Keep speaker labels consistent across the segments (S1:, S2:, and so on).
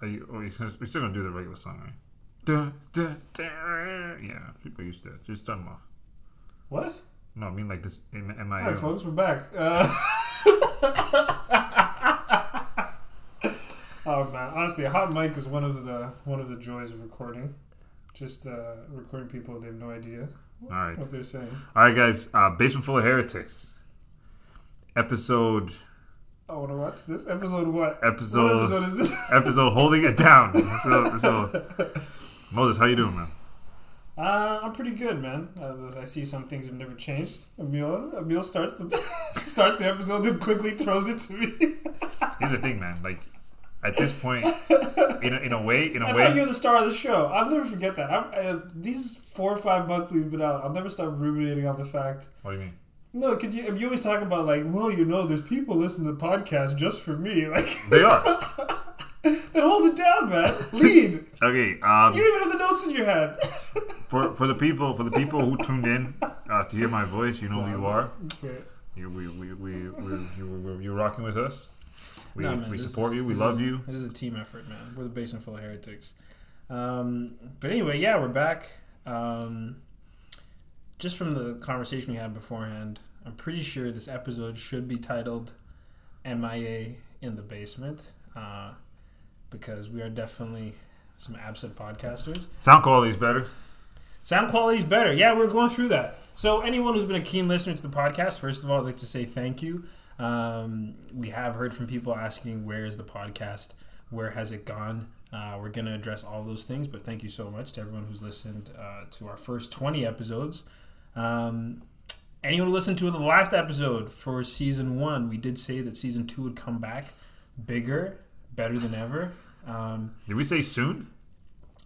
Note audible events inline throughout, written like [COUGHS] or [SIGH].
S1: Are you, oh, you're still- you're still gonna do the regular song, right? Da, da, da. Yeah, people used to just turn them off.
S2: What?
S1: No, I mean like this. M-
S2: All right,
S1: MIU.
S2: folks, we're back. Uh, [LAUGHS] oh man, honestly, a hot mic is one of the one of the joys of recording. Just uh, recording people; they have no idea
S1: All right,
S2: what they're saying.
S1: all right, guys. Uh, Basement full of heretics. Episode,
S2: I want to Oh, watch this episode. What? What
S1: episode,
S2: episode is this? [LAUGHS]
S1: episode. Holding it down. So, so, Moses, how you doing, man?
S2: Uh, I'm pretty good, man. Uh, I see some things have never changed. Emil, Emil starts the [LAUGHS] starts the episode, then quickly throws it to me.
S1: Here's the thing, man. Like at this point, in a, in a way, in a
S2: I
S1: way.
S2: thought you were the star of the show. I'll never forget that. I'm, uh, these four or five months that we've been out, I'll never stop ruminating on the fact.
S1: what do you mean?
S2: No, because you, you always talk about like, well, you know, there's people listening to podcasts just for me. [LAUGHS] Like,
S1: They are
S2: then hold it down, man. Lead.
S1: okay.
S2: you
S1: Um,
S2: don't even have the notes in your head.
S1: for for the people for the people who tuned in uh, to hear my voice, you know who you are.
S2: okay.
S1: You we we we, we you you you're rocking with us. We,
S2: Nah, man,
S1: we
S2: this is-
S1: support you. We
S2: this
S1: love
S2: is-
S1: you.
S2: This is a team effort, man. We're the basement full of heretics. Um, but anyway, yeah, we're back. Um, just from the conversation we had beforehand, I'm pretty sure this episode should be titled "MIA in the Basement" uh, because we are definitely some absent podcasters.
S1: Sound quality's better.
S2: Sound quality's better. Yeah, we're going through that. So anyone who's been a keen listener to the podcast, first of all, I'd like to say thank you. Um, we have heard from people asking where is the podcast, where has it gone. Uh, we're going to address all those things, but thank you so much to everyone who's listened uh, to our first 20 episodes. Um, anyone who listened to the last episode for season one, we did say that season two would come back bigger, better than ever. Um,
S1: Did we say soon?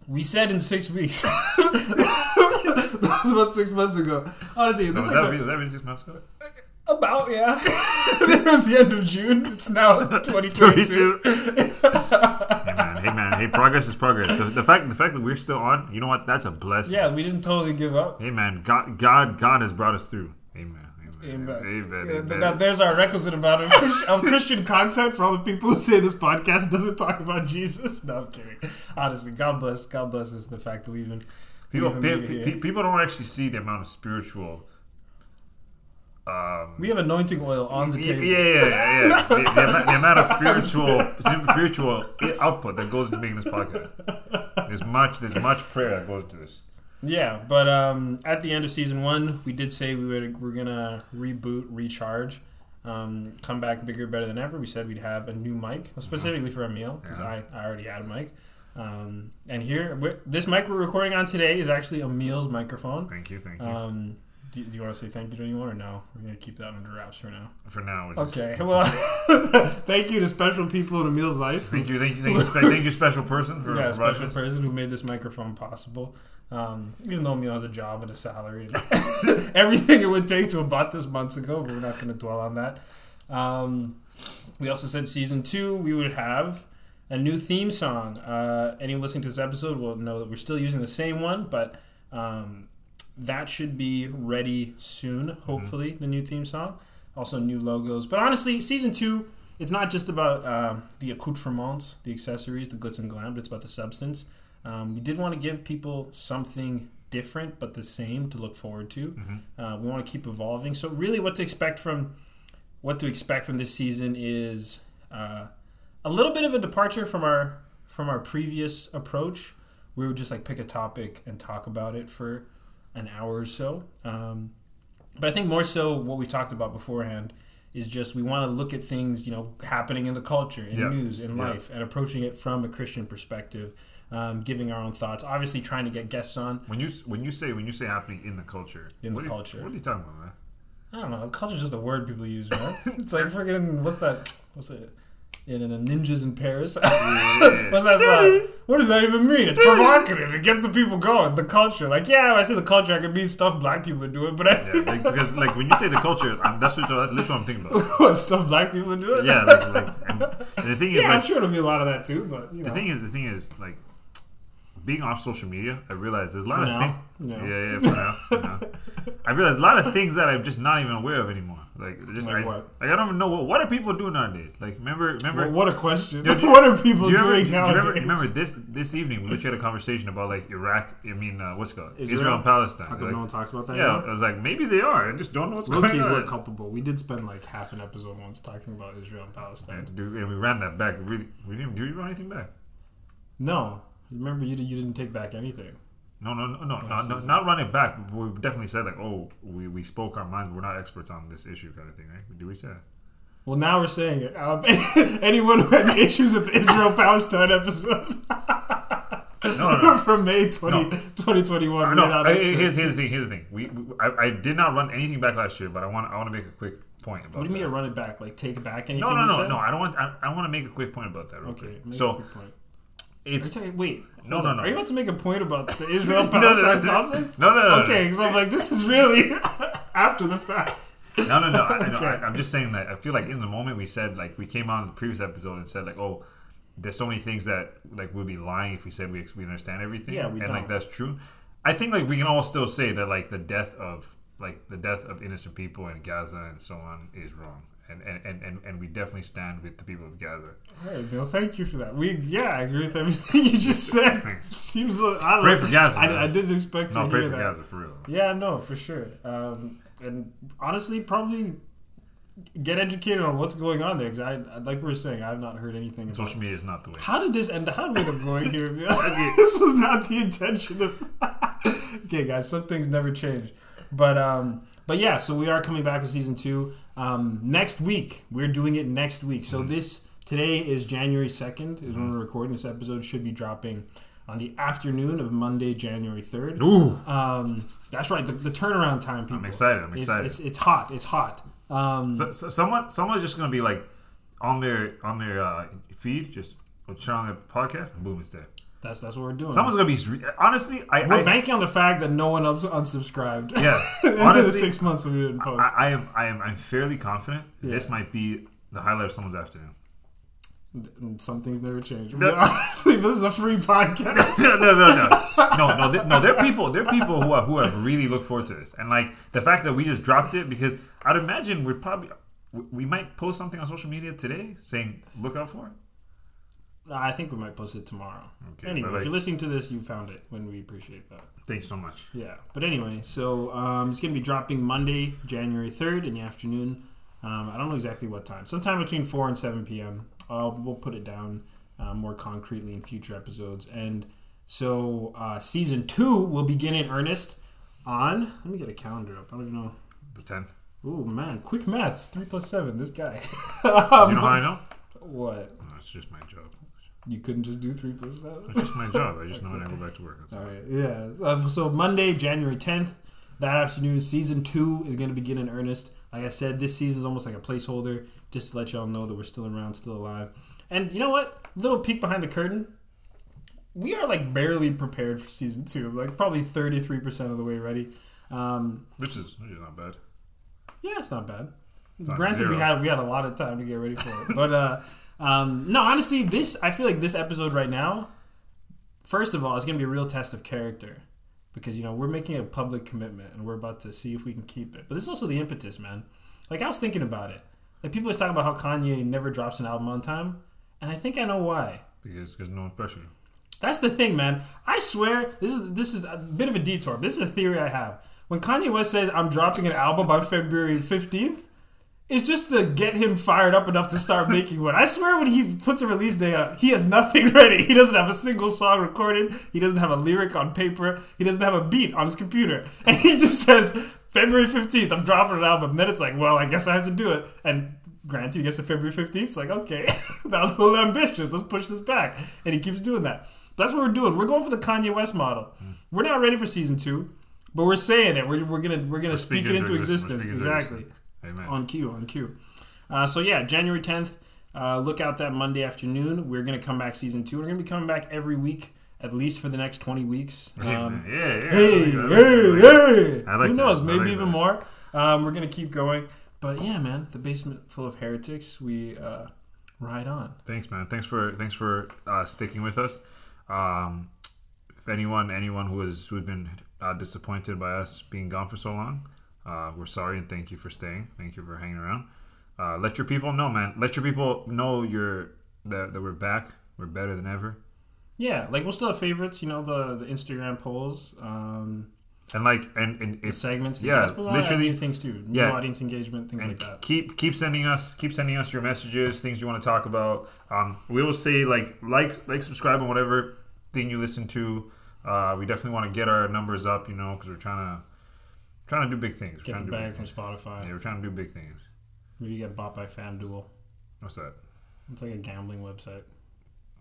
S2: we said in six weeks. that was about six months ago. Honestly,
S1: No,
S2: this
S1: was,
S2: is
S1: that,
S2: like the-
S1: was that really six months [LAUGHS]
S2: [LAUGHS]
S1: ago?
S2: about yeah. [LAUGHS] it was the end of June.
S1: [LAUGHS]
S2: It's now
S1: 22.
S2: 2022.
S1: hey man, hey man, hey progress is progress. The, the fact the fact that we're still on, you know what? That's a blessing.
S2: Yeah, we didn't totally give up.
S1: Hey man, God God God has brought us through. Amen. Amen.
S2: Amen.
S1: Amen.
S2: Yeah,
S1: amen.
S2: now there's our requisite amount of, Chris- of Christian content for all the people who say this podcast doesn't talk about Jesus. No, I'm kidding. Honestly, God bless. God bless us the fact that we even we
S1: People,
S2: even
S1: pe-
S2: made it
S1: pe-
S2: here.
S1: pe- people don't actually see the amount of spiritual. Um,
S2: we have anointing oil on the
S1: y- yeah,
S2: table.
S1: yeah, yeah.
S2: [LAUGHS]
S1: yeah. the, the, amount- the amount of spiritual spiritual i- output that goes into making this podcast. There's much, there's much prayer that goes to this.
S2: Yeah, but um, at the end of season one, we did say we would we're gonna reboot, recharge, um, come back bigger, better than ever. We said we'd have a new mic specifically for Emil because
S1: Yeah.
S2: I, I already had a mic. Um, and here, we're- this mic we're recording on today is actually Emil's microphone.
S1: Thank you, thank you.
S2: Um, do, do you want to say thank you to anyone or no? We're gonna keep that under wraps for now.
S1: For now, we're just-
S2: Okay. Well, [LAUGHS] thank you to special people in Emil's life.
S1: Thank you, thank you, thank you, spe- thank you, special person for
S2: yeah,
S1: for
S2: special
S1: Rogers.
S2: person who made this microphone possible. Um, even though Emil has a job and
S1: [LAUGHS]
S2: a salary [LAUGHS] and everything it would take to have bought this months ago, but we're not going to dwell on that. Um, we also said season two we would have a new theme song. Uh, anyone listening to this episode will know that we're still using the same one, but um, that should be ready soon.
S1: Mm-hmm.
S2: Hopefully, the new theme song, also new logos. But honestly, season two, it's not just about um the accoutrements, the accessories, the glitz and glam, but it's about the substance. Um, we did want to give people something different but the same to look forward to. Uh, we want to keep evolving. So really, what to expect from what to expect from this season is uh, a little bit of a departure from our from our previous approach. We would just like pick a topic and talk about it for an hour or so. Um, but I think more so what we talked about beforehand is just we want to look at things you know happening in the culture, in
S1: Yeah.
S2: news, in
S1: Yeah.
S2: life, and approaching it from a Christian perspective. Um, giving our own thoughts, obviously trying to get guests on.
S1: When you s- when you say when you say happening in the culture,
S2: In
S1: what are
S2: the
S1: you-
S2: culture.
S1: what are you talking about, man?
S2: I don't know. Culture's just a word people use,
S1: [LAUGHS]
S2: man. it's like freaking what's that? What's it? In, in a ninjas in Paris. [LAUGHS] what's that song? What does that even mean? It's provocative. It gets the people going. The culture, like yeah, when I say the culture. I can mean stuff black people are doing, but I
S1: Yeah, like, because like when you say the culture, I'm, that's what that's literally what I'm thinking about.
S2: [LAUGHS] what stuff black people are doing.
S1: Yeah, like, like and, and the thing is,
S2: yeah. I'm
S1: like,
S2: sure it'll be a lot of that too, but you
S1: the
S2: know.
S1: thing is, the thing is, like being off social media, I realized there's a lot
S2: For
S1: of
S2: now?
S1: things.
S2: No.
S1: Yeah, yeah, for now. For now. I realized a lot of things that I'm just not even aware of anymore. Like, just,
S2: Like
S1: I,
S2: what?
S1: like, I don't even know what, what are people doing nowadays. Like, remember, remember,
S2: Well, what a question.
S1: Yo, do you-
S2: [LAUGHS] what are people
S1: do you remember,
S2: doing
S1: do you
S2: nowadays?
S1: remember,
S2: [LAUGHS]
S1: remember this this evening we literally had a conversation about like Iraq. I mean, uh, what's it called Israel,
S2: Israel?
S1: and Palestine.
S2: How
S1: Like,
S2: come no one talks about that?
S1: yeah,
S2: anymore?
S1: I was like, maybe they are. I just don't know what's
S2: Low-key,
S1: [LAUGHS] going
S2: we're
S1: on.
S2: culpable. We did spend like half an episode once talking about Israel and Palestine.
S1: And, dude, and we ran that back. Really, we didn't do anything back.
S2: No, remember you? You didn't take back anything.
S1: No, no, no, no,
S2: Last
S1: not, not,
S2: season.
S1: not run it back. but We've definitely said like, oh, we, we spoke our minds. We're not experts on this issue, kind of thing, right? Do we say? that?
S2: Well, now we're saying it. Um, [LAUGHS] anyone who had issues with the Israel Palestine episode
S1: No, no, no.
S2: [LAUGHS] from May 20,
S1: No.
S2: 2021,
S1: I
S2: we're
S1: know.
S2: not
S1: I-
S2: experts.
S1: here's, here's the thing. Here's the thing. We, we I, I did not run anything back last year, but I want I want to make a quick point about.
S2: What do you mean
S1: that.
S2: to run it back? Like take back anything?
S1: No, no,
S2: you
S1: no,
S2: said?
S1: no. I don't want. I, I want to make a quick point about that. Real
S2: Okay,
S1: quick.
S2: make
S1: So
S2: a good point. Are you
S1: it's
S2: talking- wait,
S1: No,
S2: hold
S1: no,
S2: on.
S1: no.
S2: Are you about to make a point about
S1: [LAUGHS]
S2: the
S1: no,
S2: Israel
S1: no, no,
S2: Palestine
S1: no,
S2: conflict?
S1: no, no, no.
S2: Okay, because I'm like, this is really [LAUGHS] after the fact.
S1: no, no, no.
S2: [LAUGHS]
S1: I, I know,
S2: Okay.
S1: I, I'm just saying that. I feel like in the moment we said like we came on the previous episode and said like, oh, there's so many things that like we'd be lying if we said we ex- we understand everything.
S2: Yeah, we
S1: and like
S2: don't.
S1: that's true. I think like we can all still say that like the death of like the death of innocent people in Gaza and so on is wrong. And, and, and, and, and we definitely stand with the people of Gaza.
S2: All right, Bill, thank you for that. We yeah, I agree with everything you just said.
S1: Thanks.
S2: Seems like, I don't
S1: Pray
S2: know.
S1: for Gaza. man.
S2: I, I didn't expect
S1: no,
S2: to
S1: pray
S2: hear
S1: for
S2: that.
S1: Gaza for real.
S2: Yeah, no, for sure. Um, and honestly, probably get educated on what's going on there because I, like we were saying, I've not heard anything. About
S1: Social media is not the way.
S2: How did this end? How did we end up going here? [LAUGHS] this was not the intention of. [LAUGHS] okay, guys, some things never change. But um, but yeah, so we are coming back with season two um, next week. We're doing it next week. So this today is January second is when we're recording this episode. Should be dropping on the afternoon of Monday, January third.
S1: Ooh,
S2: Um, that's right. The, the turnaround time, people.
S1: I'm excited. I'm
S2: It's,
S1: excited.
S2: it's it's hot. It's hot. Um,
S1: So, so someone someone's just gonna be like on their on their uh, feed, just or turn on their podcast, and boom, it's there.
S2: that's that's what we're doing.
S1: Someone's gonna be re- honestly, I,
S2: we're
S1: I
S2: banking on the fact that no one ups-
S1: [LAUGHS]
S2: unsubscribed. [LAUGHS]
S1: yeah,
S2: Honestly, the
S1: honestly,
S2: six months when we didn't post.
S1: I, I am I am I'm fairly confident this
S2: Yeah.
S1: might be the highlight of someone's afternoon. [LAUGHS]
S2: And Some things never change. But [LAUGHS] honestly, this is a
S1: [LAUGHS]
S2: free podcast.
S1: no, no, no, no, no, no. There, no, there are people. There are people who are, who have really looked forward to this, and like the fact that we just dropped it because I'd imagine we're probably we- we might post something on social media today saying look out for it.
S2: Nah, I think we might post it tomorrow.
S1: Okay,
S2: anyway,
S1: but like-
S2: if you're listening to this, you found it, and we appreciate that.
S1: Thanks so much.
S2: Yeah. But anyway, so um, it's going to be dropping Monday, January 3rd in the afternoon. Um, I don't know exactly what time. Sometime between 4 and 7 p.m. I'll, we'll put it down uh, more concretely in future episodes. And so uh, season two will begin in earnest on. Let me get a calendar up. I don't even know.
S1: The tenth.
S2: Oh, man. Quick maths. 3 plus 7. This guy. [LAUGHS] Um,
S1: Do you know how I know?
S2: what?
S1: No, it's just my job.
S2: You couldn't just do 3 plus 7?
S1: It's just my job. I just know when I go back to work. That's all.
S2: All right. Yeah. Um, so Monday, January 10th, that afternoon, season two is going to begin in earnest. Like I said, this season is almost like a placeholder, just to let y'all know that we're still around, still alive. And you know what? Little peek behind the curtain. We are like barely prepared for season two, like probably 33% of the way ready. Um,
S1: Which is which is not bad.
S2: yeah, it's not bad.
S1: not
S2: Granted, we
S1: zero.
S2: had we had a lot of time to get ready for it, but uh, [LAUGHS] um, no, honestly, this I feel like this episode right now. First of all, it's gonna be a real test of character because you know we're making a public commitment and we're about to see if we can keep it. But this is also the impetus, man. Like I was thinking about it. Like people was talking about how Kanye never drops an album on time, and I think I know why.
S1: Because because no one's pressuring.
S2: That's the thing, man. I swear this is this is a bit of a detour. This is a theory I have. When Kanye West says I'm dropping an album by February 15th, it's just to get him fired up enough to start making one. I swear when he puts a release date out, he has nothing [LAUGHS] ready. He doesn't have a single song recorded. He doesn't have a lyric on paper. He doesn't have a beat on his computer. [LAUGHS] And he just says February 15th, I'm dropping an album. Then it's like, well, I guess I have to do it. And granted, he gets to February 15th. It's like, okay, [LAUGHS] that was a little ambitious. Let's push this back. And he keeps doing that. That's what we're doing. We're going for the Kanye West model. We're not ready for season two, but we're saying it. We're, we're gonna we're gonna speak it into existence.
S1: Speaking into
S2: Exactly.
S1: Amen.
S2: On cue. On cue. Uh, so yeah, January 10th. Uh, look out that Monday afternoon. We're gonna come back season two. We're gonna be coming back every week at least for the next 20 weeks. Um,
S1: yeah, yeah. I like
S2: hey, hey,
S1: that.
S2: hey!
S1: I like
S2: Who
S1: that.
S2: knows?
S1: I
S2: Maybe
S1: like that.
S2: even more. Um, we're gonna keep going. But yeah, man, the basement full of heretics. We uh, ride on.
S1: Thanks, man. Thanks for thanks for uh, sticking with us. Um, if anyone anyone who has who has been uh, disappointed by us being gone for so long, uh, we're sorry and thank you for staying. Thank you for hanging around. Uh, let your people know, man. Let your people know you're that, that we're back. We're better than ever.
S2: Yeah, like we'll still have favorites. You know the the Instagram polls, um,
S1: And like and and
S2: the
S1: if,
S2: segments, the
S1: yeah,
S2: guests, but a lot of
S1: literally-
S2: new things too. New
S1: yeah.
S2: audience engagement, things like
S1: and
S2: that.
S1: keep keep sending us keep sending us your messages, things you want to talk about. Um, we will say like like like subscribe on whatever thing you listen to. Uh, we definitely want to get our numbers up, you know, because we're trying to trying to do big things. We're
S2: Get
S1: trying
S2: the
S1: to do big
S2: bag from
S1: things.
S2: Spotify.
S1: Yeah, we're trying to do big things.
S2: Maybe get bought by FanDuel.
S1: What's that?
S2: It's like a gambling website.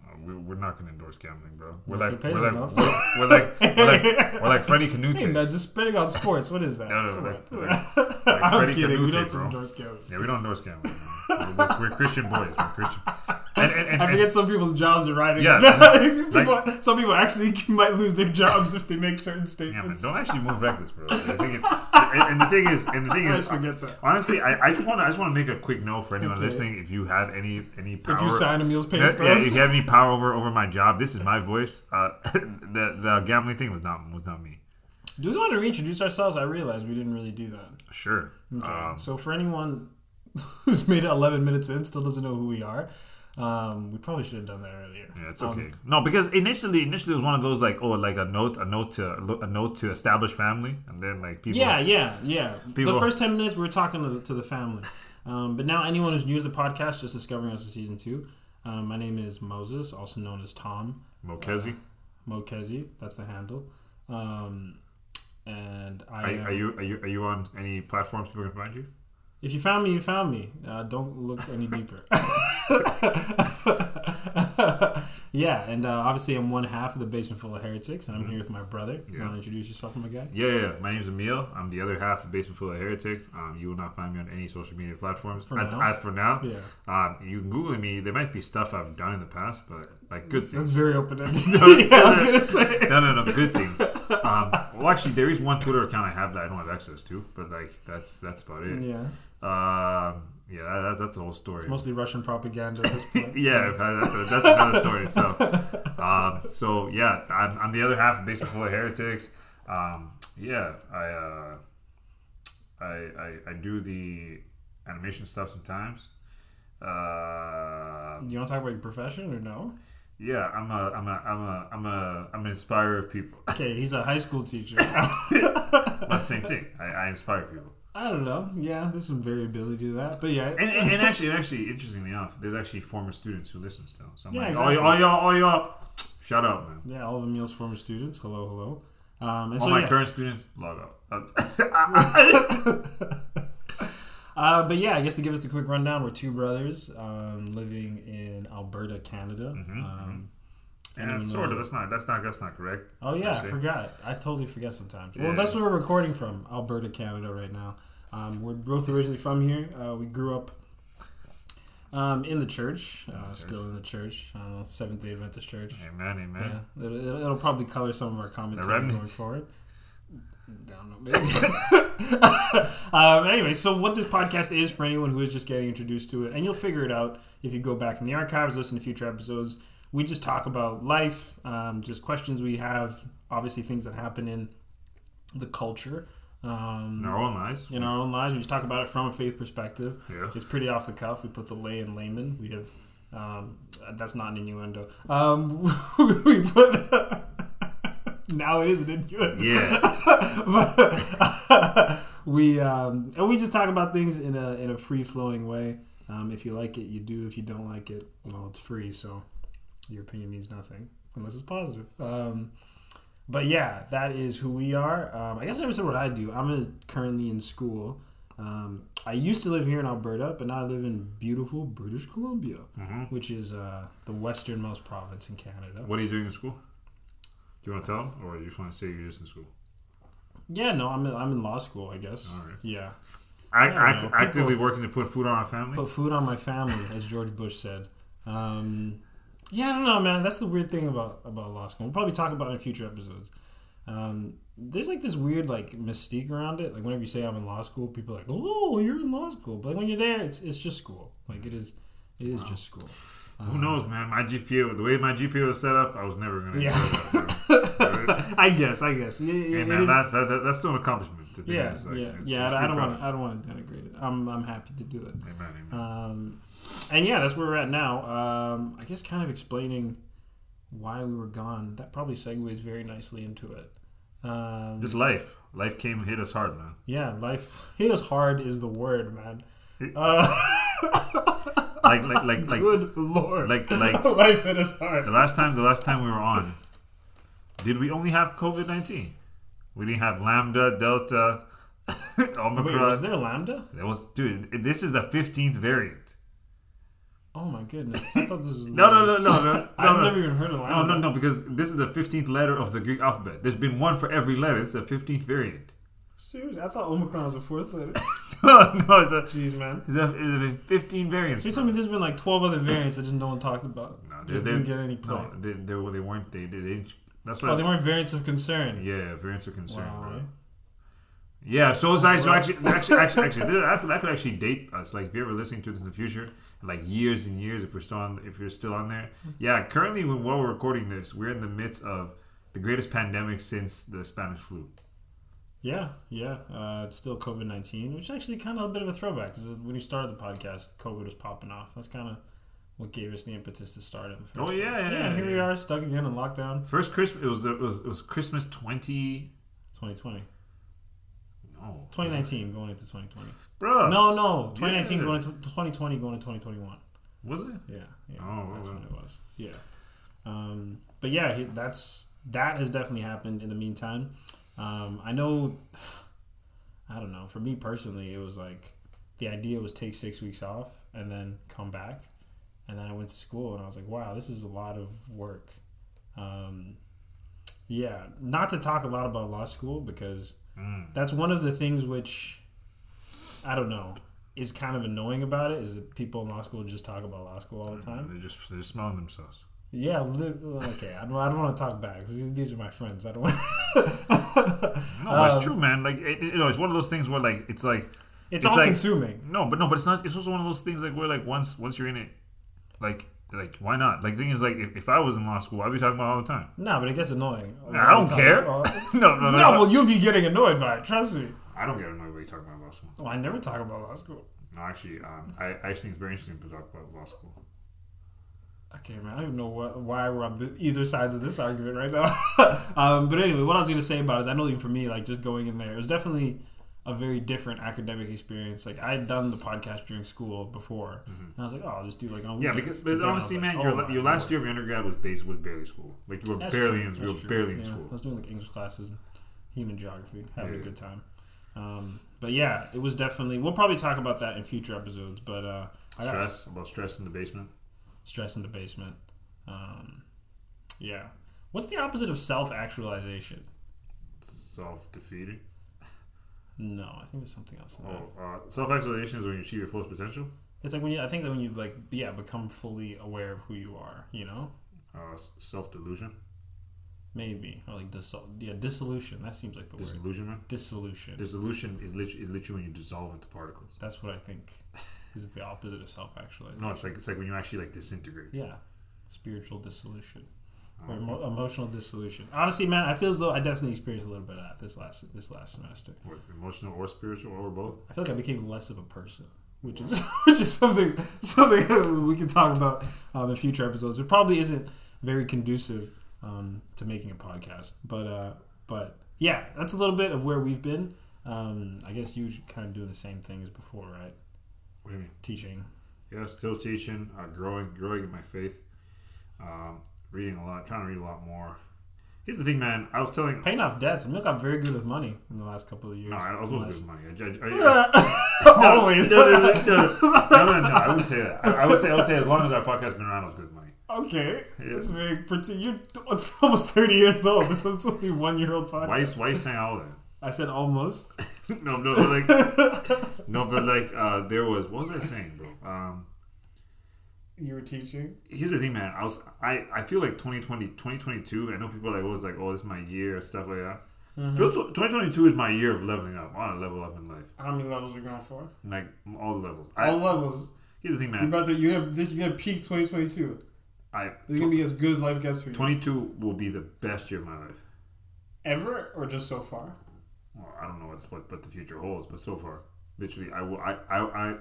S1: Uh, we- We're not gonna endorse gambling, bro. We're
S2: Unless
S1: like
S2: they pay
S1: we're
S2: us
S1: like,
S2: enough.
S1: we're, we're like we're like we're like Freddie
S2: [LAUGHS] Hey,
S1: Canute.
S2: man, just spitting on sports. What is
S1: [LAUGHS]
S2: that?
S1: No, no,
S2: Come
S1: like-
S2: on.
S1: like- like
S2: [LAUGHS] I'm
S1: Freddie
S2: kidding. we
S1: Canute,
S2: don't
S1: bro.
S2: endorse gambling.
S1: Yeah, we don't endorse gambling. man. We're, we're, we're Christian boys. We're Christian. And, and, and,
S2: I forget some people's jobs are riding. [LAUGHS]
S1: Yeah,
S2: on that. people, [LAUGHS] some people actually might lose their jobs if they make certain
S1: Yeah, man,
S2: statements.
S1: don't actually move reckless, bro. The thing
S2: [LAUGHS]
S1: is, and, and the thing is, and the thing
S2: I always
S1: is,
S2: forget that.
S1: honestly, I, I just want to, I just want to make a quick note for anyone
S2: Okay.
S1: listening. If you have any any power,
S2: If you sign a meals pay
S1: yeah, yeah, if
S2: stubs,
S1: you have any power over over my job, this is my voice. Uh, [LAUGHS] the the gambling thing was not was not me.
S2: do we want to reintroduce ourselves? I realized we didn't really do that.
S1: Sure.
S2: Okay,
S1: Um,
S2: so for anyone [LAUGHS] who's made it 11 minutes in, still doesn't know who we are, um, we probably should have done that earlier.
S1: yeah, it's
S2: Um,
S1: okay. no, because initially, initially it was one of those like, oh, like a note, a note to a note to establish family, and then like people.
S2: Yeah, yeah, yeah.
S1: People-
S2: The first 10 minutes, we were talking to the, to the family. Um, but now, anyone who's new to the podcast, just discovering us in season two, um, my name is Moses, also known as Tom
S1: Mokezi,
S2: Mokezi. That's the handle. Um, and I
S1: are,
S2: am,
S1: are you are you are you on any platforms people can find you?
S2: if you found me, you found me. Uh, don't look any deeper. [LAUGHS] yeah, and uh, obviously, I'm one half of the Basement Full of Heretics, and I'm here with my brother. You
S1: Yeah.
S2: want to introduce yourself, my guy?
S1: Yeah, yeah, yeah. My name is Emil. I'm the other half of Basement Full of Heretics. Um, you will not find me on any social media platforms
S2: For
S1: at,
S2: now.
S1: at- for now.
S2: Yeah.
S1: Um, you can Google me. There might be stuff I've done in the past, but like good
S2: That's
S1: things. [LAUGHS]
S2: very open ended. [LAUGHS] yeah, I was going to say.
S1: No, no, no, good things. Um, well, actually, there is one Twitter account I have that I don't have access to, but like that's that's about it.
S2: Yeah.
S1: Um, yeah, that, that's that's the whole story.
S2: Mostly Russian propaganda
S1: [LAUGHS]
S2: at this point.
S1: Yeah, that's, a, that's another story.
S2: [LAUGHS]
S1: So, um, so yeah, I'm, I'm the other half of Basement Full of Heretics. Um, yeah, I, uh, I, I I do the animation stuff sometimes. Uh,
S2: Do you want to talk about your profession or no?
S1: yeah, I'm a I'm a I'm a I'm a I'm an inspirer of people. [LAUGHS]
S2: Okay, he's a high school teacher. [LAUGHS]
S1: But same thing. I, I inspire people.
S2: I don't know. Yeah, there's some variability to that. But yeah.
S1: And, and, and actually, and actually, interestingly enough, there's actually former students who listen still. So I'm
S2: Yeah,
S1: like,
S2: exactly.
S1: oh, y'all, oh, y'all, shout out, man.
S2: yeah, all of Emil's former students. Hello, hello. Um, and
S1: All
S2: so,
S1: my
S2: yeah.
S1: current students, log out. [LAUGHS]
S2: Uh, but yeah, I guess to give us the quick rundown, we're two brothers um, living in Alberta, Canada.
S1: Mm-hmm.
S2: um, if
S1: And
S2: anyone
S1: it's
S2: knows
S1: sort of.
S2: where-
S1: That's not. That's not. That's not correct.
S2: Oh yeah, I
S1: See?
S2: forgot. I totally forget sometimes.
S1: Yeah.
S2: Well, that's where we're recording from, Alberta, Canada, right now. Um, we're both originally from here. Uh, we grew up um, in the church, uh, still in the church. I don't know, Seventh Day Adventist Church.
S1: Amen. Amen.
S2: Yeah, it'll, it'll, it'll probably color some of our comments
S1: The
S2: going
S1: remnants.
S2: forward. I don't know. maybe. [LAUGHS] um, anyway, so what this podcast is for anyone who is just getting introduced to it, and you'll figure it out if you go back in the archives, listen to future episodes. We just talk about life, um, just questions we have, obviously things that happen in the culture. Um,
S1: In our own lives.
S2: in our own lives. We just talk about it from a faith perspective.
S1: Yeah.
S2: It's pretty off the cuff. We put the lay and layman. We have um, that's not an innuendo. Um, [LAUGHS] we put [LAUGHS] now it is an innuendo. [LAUGHS]
S1: Yeah.
S2: But [LAUGHS] we um, and we just talk about things in a in a free flowing way. Um, if you like it, you do. If you don't like it, well, it's free. So your opinion means nothing unless it's positive. Um, but yeah, that is who we are. Um, I guess I would say what I do. I'm uh, currently in school. Um, I used to live here in Alberta, but now I live in beautiful British Columbia,
S1: Mhm.
S2: which is uh, the westernmost province in Canada.
S1: What are you doing in school? Do you want to tell them, or you just want to say you're just in school?
S2: Yeah, no, I'm in, I'm in law school, I guess.
S1: All right.
S2: Yeah.
S1: I,
S2: don't know.
S1: act,
S2: People-
S1: actively working to put food on our family.
S2: Put food on my family, as George Bush said. Um, yeah, I don't know, man. That's the weird thing about about law school. We'll probably talk about it in future episodes. Um, there's like this weird like mystique around it. Like whenever you say I'm in law school, people are like, "Oh, you're in law school," but when you're there, it's it's just school. Like it is, it is just school.
S1: Who knows, man? My GPA, the way my GPA was set up, I was never gonna.
S2: Yeah. [LAUGHS]
S1: enjoy that, man. Right?
S2: I guess. I guess. Yeah, yeah,
S1: Hey,
S2: it
S1: man,
S2: is-
S1: that, that, that, that's still an accomplishment. To think
S2: yeah,
S1: it's like-
S2: yeah,
S1: it's-
S2: yeah.
S1: it's
S2: I don't
S1: pretty
S2: want to. I don't want to denigrate it. I'm I'm happy to do it.
S1: proud. Amen, amen.
S2: Um, and yeah, that's where we're at now. Um, I guess kind of explaining why we were gone. That probably segues very nicely into it. Um,
S1: Just life. Life came and hit us hard, man.
S2: yeah, life [LAUGHS] hit us hard is the word, man.
S1: It-
S2: Uh,
S1: Like like like like
S2: [LAUGHS] good lord,
S1: like like
S2: life hit us hard.
S1: the last time the last time we were on, did we only have COVID nineteen? We didn't have Lambda, Delta, [COUGHS] Omicron.
S2: Wait, was there lambda?
S1: That was dude. This is the fifteenth variant.
S2: Oh my goodness, I thought this was
S1: [LAUGHS] No, no, no, no, [LAUGHS] no. no
S2: I've
S1: no.
S2: never even heard of
S1: No,
S2: lambda.
S1: no, no, because this is the 15th letter of the Greek alphabet. There's been one for every letter. It's the 15th variant. [LAUGHS]
S2: Seriously, I thought Omicron was a fourth letter. [LAUGHS]
S1: no, no, it's a,
S2: Jeez, man.
S1: it's a, it's a 15 variants.
S2: So you're telling me there's been like 12 other variants that just no one talked about?
S1: No, they-
S2: just
S1: they-
S2: didn't get any play.
S1: No, they, they, were- they weren't. They, they, they that's
S2: Oh,
S1: what.
S2: they weren't variants of concern.
S1: yeah, variants are concerned,
S2: Wow. eh?
S1: bro. Yeah, so it's like so
S2: Well-
S1: actually, actually, actually, actually, that could, that could actually date us. Like, if you're ever listening to this in the future, like years and years, if we're still on, if you're still on there, yeah. Currently, when- while we're recording this, we're in the midst of the greatest pandemic since the Spanish flu.
S2: Yeah, yeah. Uh, it's still COVID nineteen, which is actually kind of a bit of a throwback because when you started the podcast, COVID was popping off. That's kind of what gave us the impetus to start it. in the
S1: Oh,
S2: first
S1: yeah,
S2: place.
S1: yeah,
S2: And here we
S1: yeah.
S2: are, stuck again in lockdown,
S1: First Christmas, it was it was it was Christmas twenty.
S2: 2020.
S1: No,
S2: 2019 going into 2020.
S1: bro.
S2: No, no, 2019
S1: Uh, yeah.
S2: going into 2020 going into 2021.
S1: was it?
S2: Yeah, yeah.
S1: Oh,
S2: that's
S1: okay.
S2: what it was. Yeah. Um, but yeah, he- that's that has definitely happened in the meantime. Um, I know. I don't know. For me personally, it was like the idea was take six weeks off and then come back, and then I went to school and I was like, wow, this is a lot of work. Um, yeah, not to talk a lot about law school because
S1: Mm.
S2: that's one of the things which I don't know is kind of annoying about it is that people in law school just talk about law school all the time.
S1: They're just they're smelling themselves.
S2: Yeah, li- okay. I don't, I don't want to talk bad because these, these are my friends. I don't want.
S1: No, but it's true, man. Like it, it- you know, it's one of those things where like it's like
S2: [LAUGHS]
S1: It's
S2: It's, all
S1: like-
S2: consuming.
S1: no, but no, but it's not. It's also one of those things like where like once once you're in it, like like why not? Like the thing is like if, if I was in law school, I'd be talking about it all the
S2: [LAUGHS]
S1: time.
S2: No, but it gets annoying.
S1: I don't
S2: Talk-
S1: care.
S2: oh.
S1: [LAUGHS] no, no, no.
S2: no, well, you'll be getting annoyed by it. Trust me.
S1: I don't get annoyed when you talk about law school.
S2: Well, I never talk about law school.
S1: No, actually, um, I, I just think it's very interesting to talk about law school.
S2: Okay, man, I don't even know what, why we're on the, either sides of this argument right now. [LAUGHS] um, but anyway, what I was going to say about it is I know even for me, like just going in there, it was definitely a very different academic experience. Like I had done the podcast during school before, and I was like, oh, I'll just do like on
S1: Mm-hmm. Yeah,
S2: weekends.
S1: because
S2: then
S1: but
S2: I was
S1: honestly, man,
S2: like, oh
S1: your,
S2: my
S1: your
S2: Lord.
S1: last year of your undergrad was based with barely school. Like you were
S2: That's
S1: barely
S2: true,
S1: in, you
S2: that's
S1: were
S2: true.
S1: barely in
S2: Yeah,
S1: school.
S2: I was doing like English classes, and human geography, having a
S1: Yeah.
S2: good time. Um, but yeah, it was definitely. We'll probably talk about that in future episodes. But uh, I got
S1: Stress about stress in the basement.
S2: stress in the basement. Um, yeah. What's the opposite of self actualization?
S1: Self defeating.
S2: No, I think there's something else. In that.
S1: Oh, uh, self actualization is when you achieve your fullest potential.
S2: It's like when you. I think that when you like, yeah, become fully aware of who you are. You know,
S1: Uh, self delusion,
S2: maybe or like dissol- yeah, dissolution. That seems like the word.
S1: disillusionment.
S2: Dissolution.
S1: Dissolution is lit- is literally when you dissolve into particles.
S2: That's what I think is the opposite of self actualization.
S1: No, it's like it's like when you actually like disintegrate.
S2: Yeah, spiritual dissolution or
S1: Um,
S2: emo- emotional dissolution. Honestly, man, I feel as though I definitely experienced a little bit of that this last this last semester.
S1: what, emotional or spiritual or both.
S2: I feel like I became less of a person, which is [LAUGHS] which is something something we can talk about um, in future episodes. It probably isn't very conducive um, to making a podcast, but uh, but yeah, that's a little bit of where we've been. Um, I guess you kind of doing the same thing as before, right?
S1: What do you mean?
S2: Teaching.
S1: Yeah, still teaching, uh, growing, growing in my faith. Um, reading a lot, trying to read a lot more. Here's the thing, man. I was telling.
S2: Paying off debts. Milk got very good with money in the last couple of years.
S1: No, I was also
S2: Unless-
S1: good with money.
S2: [LAUGHS]
S1: I, I, I, [LAUGHS]
S2: Always.
S1: No, no, no, no, no, no, no, no, I wouldn't say that. I, I would say I would say as long as our podcast has been around, it was good money.
S2: Okay.
S1: Yeah.
S2: It's very pretty. You're almost 30 years old. This is only one year old podcast.
S1: Why you why you saying all that? [LAUGHS]
S2: I said almost.
S1: No, no, but like no, but like uh, there was what was I saying, bro? Um,
S2: You were teaching.
S1: here's the thing, man. I was I, I feel like 2020, 2022, I know people are like always like, oh, this is my year, stuff like that. I feel tw- 2022 is my year of leveling up. I want to level up in life,
S2: How many levels are you going for?
S1: like all the levels. I,
S2: levels.
S1: Here's the thing,
S2: You're
S1: man.
S2: about to you're gonna this you're gonna peak twenty twenty two.
S1: I
S2: It's gonna be as good as life gets for you.
S1: 22 will be the best year of my life.
S2: Ever or just so far?
S1: Well, I don't know what's what, what the future holds, but so far, literally, I will. I I I,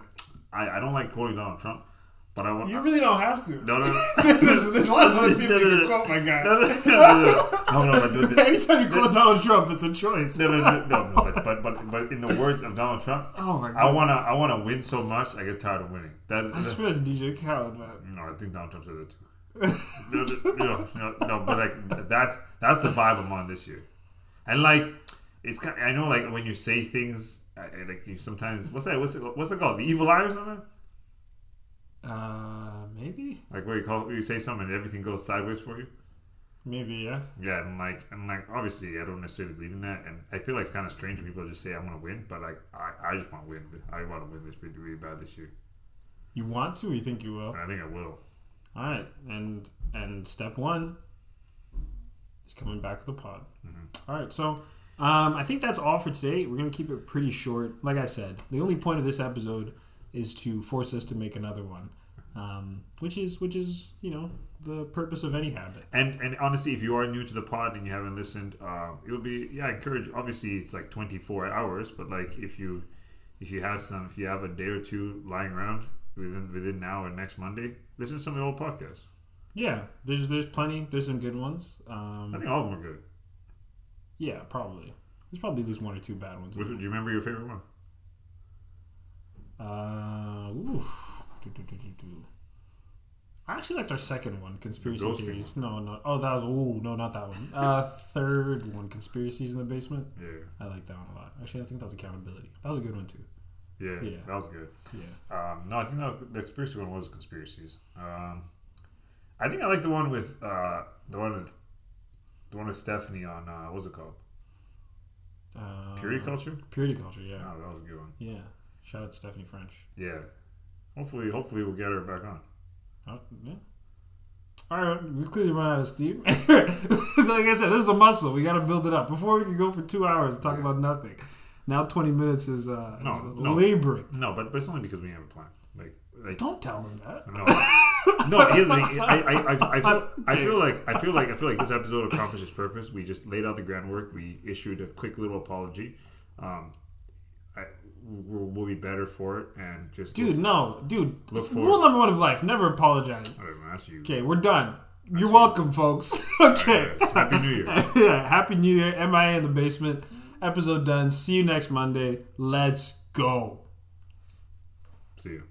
S1: I, I don't like quoting Donald Trump, but I want.
S2: You
S1: I,
S2: really don't have to. [LAUGHS]
S1: no, no, no,
S2: there's, there's a lot of other people
S1: No,
S2: you can
S1: no, no.
S2: quote, my guy. [LAUGHS]
S1: no, no, no, no, no, no, no, but the-
S2: Anytime you quote Donald Trump, it's a choice.
S1: no, no, no, no, no, but, but but but in the words of Donald Trump,
S2: Oh my
S1: I
S2: god.
S1: wanna I wanna win so much I get tired of winning. That,
S2: I
S1: that-
S2: swear it's DJ Khaled, man.
S1: no, I think Donald Trump said that too. no, no, no, no, no, but like that's that's the vibe I'm on this year, and like it's kind. I know like when you say things I, I- like you sometimes what's that what's it, what's it called the evil eye or something
S2: Uh, maybe?
S1: like where you call where you say something and everything goes sideways for you.
S2: Maybe, yeah.
S1: Yeah, and like and like obviously I don't necessarily believe in that, and I feel like it's kind of strange when people just say I'm gonna win, but like I, I just want to win. I want to win this pretty really bad this year,
S2: You want to or you think you will?
S1: and I think I will.
S2: All right, and and step one is coming back with a pod. All right, so um, I think that's all for today. We're gonna keep it pretty short. Like I said, the only point of this episode is to force us to make another one, um, which is which is you know the purpose of any habit.
S1: And and honestly, if you are new to the pod and you haven't listened, um, it would be yeah, I encourage. Obviously, it's like twenty four hours, but like if you if you have some, if you have a day or two lying around within within now and next Monday, listen to some of the old podcasts.
S2: Yeah, there's there's plenty. There's some good ones.
S1: I
S2: Um,
S1: think all of them are good.
S2: yeah, probably. There's probably at least one or two bad ones.
S1: Which, do you remember your favorite one?
S2: Uh, oof. Do, do, do, do, do. I actually liked our second one, conspiracy
S1: Ghosting
S2: theories. No, no. Oh, that was. Ooh, no, not that one.
S1: [LAUGHS]
S2: Uh, third one, conspiracies in the basement.
S1: Yeah,
S2: I like that one a lot. Actually, I think that was accountability. That was a good one too.
S1: yeah,
S2: Yeah.
S1: that was good.
S2: Yeah.
S1: Um, no, I think no, the conspiracy one was conspiracies. Um, I think I like the one with uh, the one with the one with Stephanie on uh, what was it called?
S2: Uh,
S1: Purity culture.
S2: Purity culture.
S1: Oh,
S2: Yeah.
S1: that was a good one.
S2: Yeah. Shout out to Stephanie French.
S1: Yeah. Hopefully, hopefully we'll get her back on.
S2: Oh, yeah. All right, we clearly run out of steam. [LAUGHS] like I said, this is a muscle. We got to build it up. Before we could go for two hours talking about nothing. Now twenty minutes is uh,
S1: No,
S2: is
S1: no.
S2: laboring.
S1: No, but, but it's only because we have a plan. Like, like
S2: Don't tell them that.
S1: no, no. Here's the thing. I, I, I, I, feel, I feel like I feel like I feel like this episode accomplished its purpose. We just laid out the groundwork. We issued a quick little apology. Um, I, we'll, we'll be better for it and just
S2: Dude, no, dude.
S1: Look forward.
S2: Rule number one of life: never apologize.
S1: I don't know, that's you.
S2: Okay, we're done. You're welcome, folks. [LAUGHS] okay.
S1: Yes. Happy New Year.
S2: [LAUGHS] yeah, Happy New Year. MIA in the basement. Episode done. See you next Monday. Let's go.
S1: See you.